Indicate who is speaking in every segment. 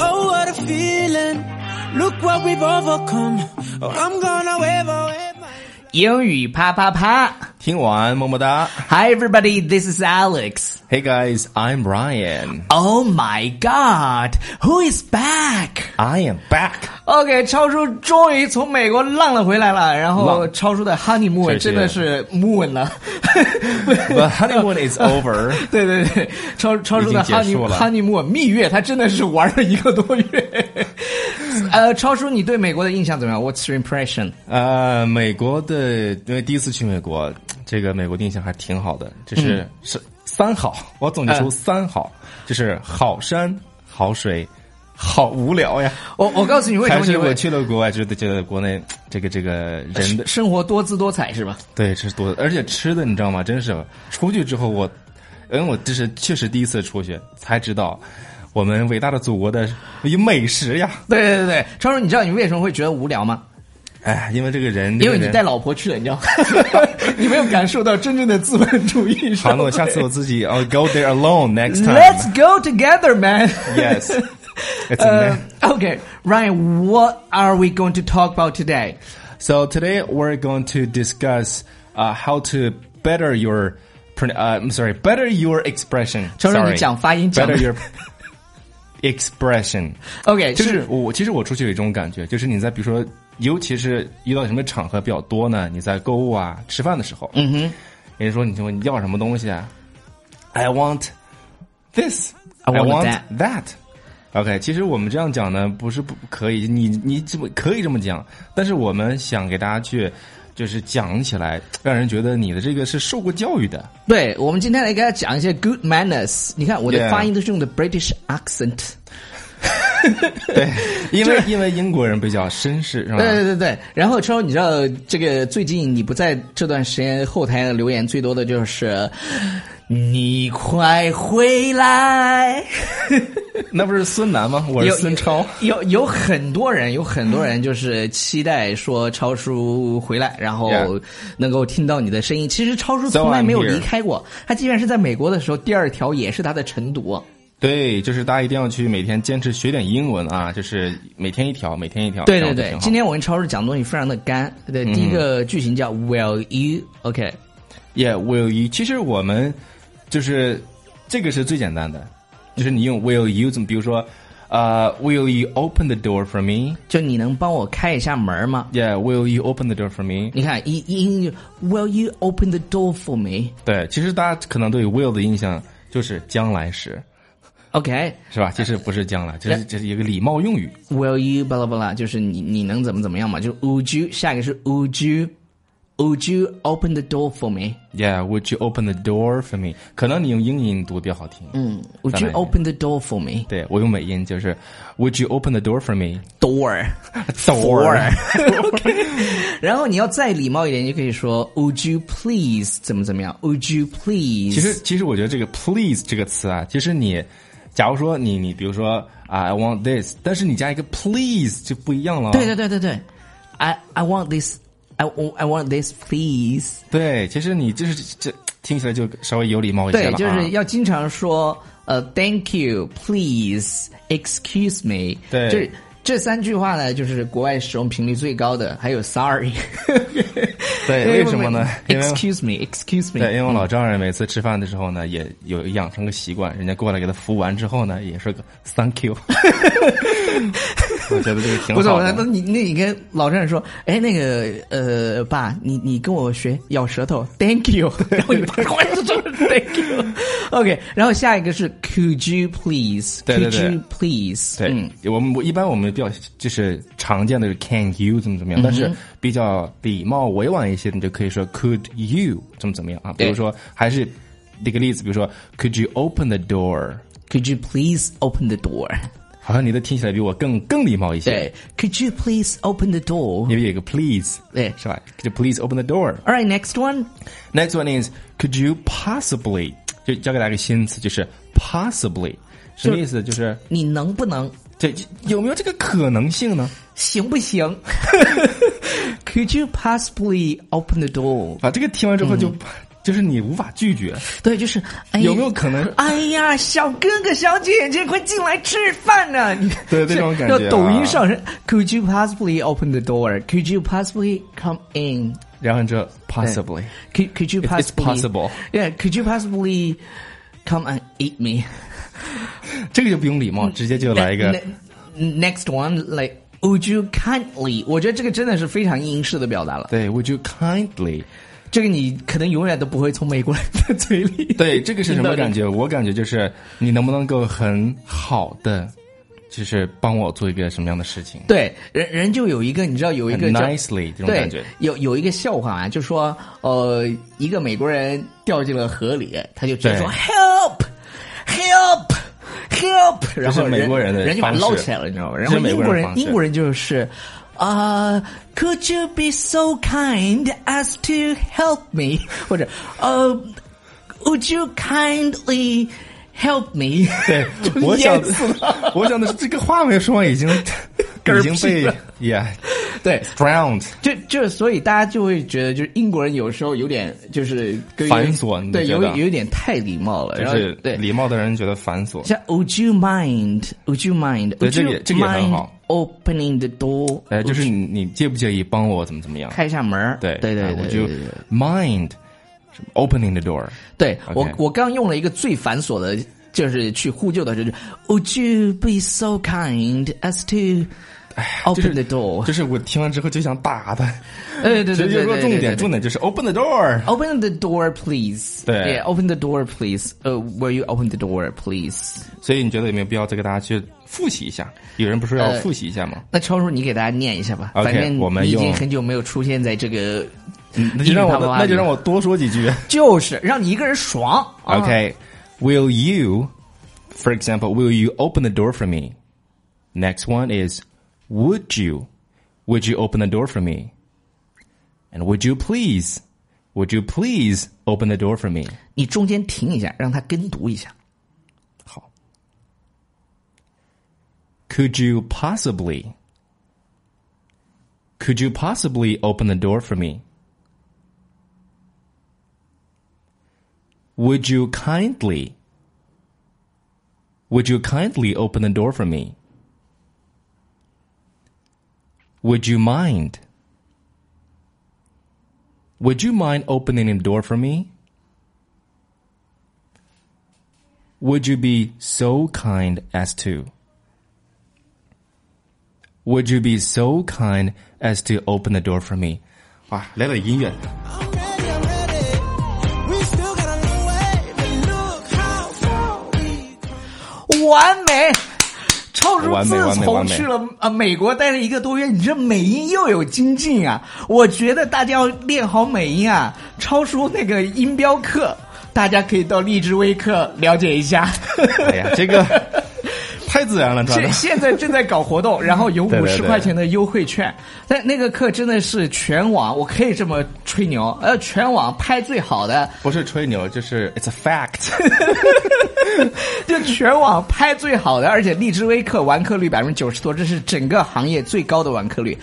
Speaker 1: Oh, a feeling. Look what we've overcome. Oh, I'm gonna wave away my.
Speaker 2: 英语啪啪啪
Speaker 3: 听完么么哒。
Speaker 2: ！Hi everybody, this is Alex.
Speaker 3: Hey guys, I'm Brian.
Speaker 2: Oh my God, who is back?
Speaker 3: I am back.
Speaker 2: OK，超叔终于从美国浪了回来了。然后
Speaker 3: 浪
Speaker 2: 超叔的 honeymoon
Speaker 3: 确实
Speaker 2: 真的是 moon 了。
Speaker 3: The honeymoon is over.
Speaker 2: 对对对，超超叔的
Speaker 3: 已经
Speaker 2: 哈尼
Speaker 3: 结束了
Speaker 2: 哈尼莫蜜月，他真的是玩了一个多月。 呃，超叔，你对美国的印象怎么样？What's your impression？
Speaker 3: 呃，美国的，因为第一次去美国，这个美国的印象还挺好的，就是、是三好，我总结出
Speaker 2: 嗯
Speaker 3: 三好，就是好山、好水、好无聊呀。
Speaker 2: 我我告诉你为什
Speaker 3: 还
Speaker 2: 么你
Speaker 3: 是我
Speaker 2: 会
Speaker 3: 去了国外，觉得觉得国内这个这个人的
Speaker 2: 生活多姿多彩是吧？
Speaker 3: 对，吃多的，而且吃的你知道吗？真是出去之后我，因为我这是确实第一次出去，才知道我们伟大的祖国的美食呀！
Speaker 2: 对对对对，超叔，你知道你为什么会觉得无聊吗？
Speaker 3: 哎，因为这个人，
Speaker 2: 因为你
Speaker 3: 这个
Speaker 2: 带
Speaker 3: 人。
Speaker 2: 老婆去了，你知道， 吗？你没有感受到真正的资本主义社会。
Speaker 3: 好，那我下次我自己 I'll go there alone next time.
Speaker 2: Let's go together, man.
Speaker 3: Yes. It's
Speaker 2: Uh,
Speaker 3: a
Speaker 2: okay, Ryan, what are we going to talk about today?
Speaker 3: So today we're going to discuss uh, how to better your, pron- uh, I'm sorry, better your expression.
Speaker 2: 承认
Speaker 3: Sorry.
Speaker 2: 你讲发音讲得
Speaker 3: better your expression.
Speaker 2: OK，
Speaker 3: 就是我其实我出去有一种感觉，就是你在比如说，尤其是遇到什么场合比较多呢？你在购物啊、吃饭的时候，嗯哼，人家说你就问你要什么东西啊？I want this.
Speaker 2: I want
Speaker 3: want that. OK，其实我们这样讲呢，不是不可以，你你这么可以这么讲，但是我们想给大家去，就是讲起来，让人觉得你的这个是受过教育的。
Speaker 2: 对，我们今天来给大家讲一些 good manners。你看我的
Speaker 3: Yeah
Speaker 2: 发音都是用的 British accent。
Speaker 3: 对，因为因为英国人比较绅士，是吧？
Speaker 2: 对对对对。然后超，你知道这个最近你不在这段时间后台留言最多的就是你快回来。
Speaker 3: 那不是孙楠吗？我是
Speaker 2: 有
Speaker 3: 孙超。
Speaker 2: 有有很多人，有很多人就是期待说超叔回来，然后
Speaker 3: Yeah
Speaker 2: 能够听到你的声音。其实超叔
Speaker 3: So
Speaker 2: 从来
Speaker 3: I'm
Speaker 2: 没有
Speaker 3: here
Speaker 2: 离开过，他即便是在美国的时候，第二条也是他的晨读。
Speaker 3: 对，就是大家一定要去每天坚持学点英文啊，就是每天一条，每天一条。
Speaker 2: 对
Speaker 3: 这
Speaker 2: 对
Speaker 3: 样就
Speaker 2: 对
Speaker 3: 挺，好
Speaker 2: 今天我跟超市讲的东西非常的干。对，
Speaker 3: 嗯
Speaker 2: 第一个句型叫 Will you OK？
Speaker 3: Yeah, will you？其实我们就是这个是最简单的，就是你用 will you 怎么，比如说，呃、w i l l you open the door for me？Yeah,
Speaker 2: 就你能帮我开一下门吗？
Speaker 3: will you open the door for me？
Speaker 2: 你看，一一英语 Will you open the door for me？OK，、
Speaker 3: 对，其实大家可能对 will 的印象就是将来时，是
Speaker 2: 啊
Speaker 3: 吧？其实不是将来，这是这是一个礼貌用语。
Speaker 2: Will you 巴拉巴拉，就是你你能怎么怎么样嘛？就是 Would you，下一个是 Would you，Would you open the door for me？
Speaker 3: Yeah, would you open the door for me？可能你用英音读比较好听。嗯
Speaker 2: ，Would you open the door for
Speaker 3: 对我用美音就是 Would you open the door for me？
Speaker 2: me？Door。
Speaker 3: door
Speaker 2: OK，然后你要再礼貌一点，你就可以说 Would you please 怎么怎么样？Would you please？
Speaker 3: 其实，其实我觉得这个 please 这个词啊，其实你，假如说你你比如说啊，I want this，但是你加一个 please 就不一样了。
Speaker 2: 对对对对对，I I want this I wa- I want this please。
Speaker 3: 对其实你就是这这听起来就稍微有礼貌一些
Speaker 2: 对，
Speaker 3: 了、啊。
Speaker 2: 就是要经常说呃，Thank you, please, excuse me。
Speaker 3: 对
Speaker 2: 这这三句话呢，就是国外使用频率最高的，还有 Sorry。
Speaker 3: 对
Speaker 2: 因
Speaker 3: 为什么呢因为
Speaker 2: ？Excuse me, excuse
Speaker 3: 对，因
Speaker 2: me。
Speaker 3: 为我老丈人每次吃饭的时候呢，也有养成个习惯，人家过来给他服务完之后呢，也说个 thank you。我觉得这个挺
Speaker 2: 不是，
Speaker 3: 好
Speaker 2: 我那
Speaker 3: 的。
Speaker 2: 你那你跟老丈人说，哎，那个呃，爸，你你跟我学咬舌头，Thank you，然后你爸过来就说 Thank you，OK，、然后下一个是 Could you please，Could
Speaker 3: 对对对
Speaker 2: you please，
Speaker 3: 对，
Speaker 2: 嗯，
Speaker 3: 我们我一般我们比较就是常见的是 can you 怎么怎么样，但
Speaker 2: 嗯
Speaker 3: 是比较礼貌委婉一些，你就可以说 could you 怎么怎么样啊？比如
Speaker 2: 对
Speaker 3: 说还是这个例子，比如说 could you open the door？
Speaker 2: ，Could you please open the door？
Speaker 3: 好像你的听起来比我更更礼貌一些
Speaker 2: 对。，Could you please open the door？
Speaker 3: 因为有一个 please，
Speaker 2: 对
Speaker 3: 是吧？Could you please open the door？
Speaker 2: All right, next one.
Speaker 3: Next one is could you possibly 就教给大家一个新词，就是 possibly 什么意思？就是
Speaker 2: 你能不能
Speaker 3: 这有没有这个可能性呢？
Speaker 2: 行不行？Could you possibly open the door？嗯
Speaker 3: 啊，这个听完之后就就是你无法拒绝。
Speaker 2: 对，就是哎，
Speaker 3: 有没有可能
Speaker 2: 哎呀，小哥哥小姐姐，快进来吃饭呢、你
Speaker 3: 对这种感觉啊
Speaker 2: 就抖音上是 Could you possibly open the door? Could you possibly come in?
Speaker 3: 然后你这 possibly，
Speaker 2: Could Could you
Speaker 3: It's- it's
Speaker 2: possibly?
Speaker 3: possible.
Speaker 2: Yeah. Could you possibly come and eat me?
Speaker 3: 这个就不用礼貌，直接就来一个
Speaker 2: Ne- ne- next one like. Would you kindly？我觉得这个真的是非常英式的表达了，
Speaker 3: 对，Would you kindly？
Speaker 2: 这个你可能永远都不会从美国人的嘴里。
Speaker 3: 对，这个是什么感
Speaker 2: 觉？
Speaker 3: 觉？我感觉就是你能不能够很好的，就是帮我做一个什么样的 事情
Speaker 2: 对，人人就有一个，你知道有一个
Speaker 3: 很
Speaker 2: 叫
Speaker 3: nicely 这种
Speaker 2: 对
Speaker 3: 感觉
Speaker 2: 有有一个笑话啊，就说呃，一个美国人掉进了河里，他就直接说
Speaker 3: 对
Speaker 2: help help help，然后
Speaker 3: 这是美国人的
Speaker 2: 人就把他
Speaker 3: 方式
Speaker 2: 捞起来了，你知道吗？然后
Speaker 3: 这是美
Speaker 2: 英
Speaker 3: 国人
Speaker 2: 国人
Speaker 3: 的方式
Speaker 2: 英国人就是。啊、c o u l d you be so kind as to help me？或 者，呃、w o u l d you kindly help me？，
Speaker 3: 对
Speaker 2: 就是
Speaker 3: 我想
Speaker 2: 淹死了，
Speaker 3: 我想的是这个话没说完，已经
Speaker 2: 嗝
Speaker 3: 已经
Speaker 2: 屁
Speaker 3: 被
Speaker 2: 了
Speaker 3: yeah
Speaker 2: 对，
Speaker 3: drowned。
Speaker 2: 就就所以大家就会觉得，就是英国人有时候有点就是跟
Speaker 3: 繁琐你
Speaker 2: 对，
Speaker 3: 觉
Speaker 2: 有
Speaker 3: 得
Speaker 2: 有一点太礼貌了，
Speaker 3: 就
Speaker 2: 然后
Speaker 3: 是
Speaker 2: 对。
Speaker 3: 礼貌的人觉得繁琐。
Speaker 2: 像 Would you mind? Would you mind?
Speaker 3: 对
Speaker 2: Would
Speaker 3: 这个
Speaker 2: you
Speaker 3: 这个也很好
Speaker 2: mind Opening the door，
Speaker 3: 哎，就是你你介不介意帮我怎么怎么样？
Speaker 2: 开一下门儿
Speaker 3: 对
Speaker 2: 对对
Speaker 3: 我
Speaker 2: 对
Speaker 3: 就
Speaker 2: 对对
Speaker 3: mind opening the door。
Speaker 2: 对我
Speaker 3: OK
Speaker 2: 我刚用了一个最繁琐的，就是去呼救的，就是 Would you be so kind as to
Speaker 3: 就是
Speaker 2: open the door？
Speaker 3: 就是我听完之后就想打他。
Speaker 2: 哎，对对
Speaker 3: 所
Speaker 2: 对
Speaker 3: 以就
Speaker 2: 对
Speaker 3: 说
Speaker 2: 对，
Speaker 3: 重
Speaker 2: 对
Speaker 3: 点，重点就是 open the door。
Speaker 2: Open the door, please.
Speaker 3: 对
Speaker 2: Yeah, open the door, please. 呃、w i l l you open the door, please?
Speaker 3: 所以你觉得有没有必要再给大家去复习一下？有人不是要复习一下吗？
Speaker 2: 那超叔，你给大家念一下吧。
Speaker 3: OK，
Speaker 2: 反正
Speaker 3: 我们
Speaker 2: 你已
Speaker 3: 用
Speaker 2: 经很久没有出现在这个，
Speaker 3: 那就让我
Speaker 2: 英语啪啪啪
Speaker 3: 那就让我多说几句。
Speaker 2: 就是让你一个人爽。啊
Speaker 3: Okay. Will you, for example, will you open the door for me? Next one is, would you? Would you open the door for me? And would you please? Would you please open the door for me?
Speaker 2: 你中间停一下，让他跟读一下。
Speaker 3: 好。Could you possibly? Could you possibly open the door for me? Would you kindly? Would you kindly open the door for me? Would you mind? Would you mind opening the door for me? Would you be so kind as to? Would you be so kind as to open the door for me？哇，来点音乐，
Speaker 1: I'm ready, I'm ready. We still got a long way, but look how far we
Speaker 2: 完美，超叔
Speaker 3: 完美
Speaker 2: 自
Speaker 3: 完美
Speaker 2: 从
Speaker 3: 完美
Speaker 2: 去了呃美国待了一个多月，你这美音又有精进啊！我觉得大家要练好美音啊，超叔那个音标课，大家可以到荔枝微课了解一下。
Speaker 3: 哎 呀，这个太自然了，抓的
Speaker 2: 现。现在正在搞活动，然后有
Speaker 3: 对
Speaker 2: 五
Speaker 3: 对
Speaker 2: 十
Speaker 3: 对
Speaker 2: 块钱的优惠券，但那个课真的是全网，我可以这么吹牛，呃，全网拍最好的，
Speaker 3: 不是吹牛，就是 it's a fact。
Speaker 2: 就全网拍最好的，而且荔枝微课完课率百分之九十多，这是整个行业最高的完课率，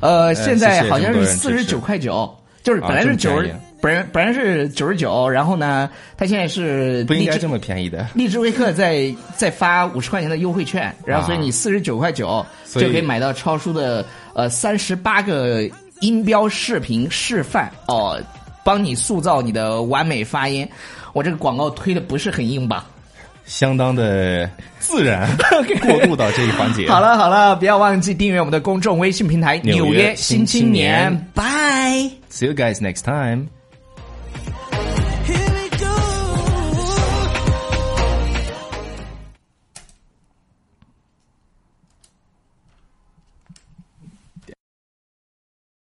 Speaker 2: 呃，现在
Speaker 3: 谢谢
Speaker 2: 好像
Speaker 3: 这么
Speaker 2: 是
Speaker 3: 多
Speaker 2: 四
Speaker 3: 人
Speaker 2: 十
Speaker 3: 支持
Speaker 2: 九块九。就是本来
Speaker 3: 这
Speaker 2: 是
Speaker 3: 么
Speaker 2: 九
Speaker 3: 便
Speaker 2: 十、
Speaker 3: 宜
Speaker 2: 本来本来是九十九，然后呢，他现在是
Speaker 3: 不应该
Speaker 2: 荔枝
Speaker 3: 这么便宜的。
Speaker 2: 荔枝微课在在发五十块钱的优惠券，然后所以你四十九块九就
Speaker 3: 啊所以
Speaker 2: 可以买到超叔的呃三十八个音标视频示范哦，帮你塑造你的完美发音。我这个广告推的不是很硬吧？
Speaker 3: 相当的自 然过渡到这一环节。
Speaker 2: 好，了好了，不要忘记订阅我们的公众微信平台《
Speaker 3: 纽约
Speaker 2: 纽约
Speaker 3: 新
Speaker 2: 新
Speaker 3: 青
Speaker 2: 青年
Speaker 3: 年》，
Speaker 2: 拜。
Speaker 3: see you guys next time。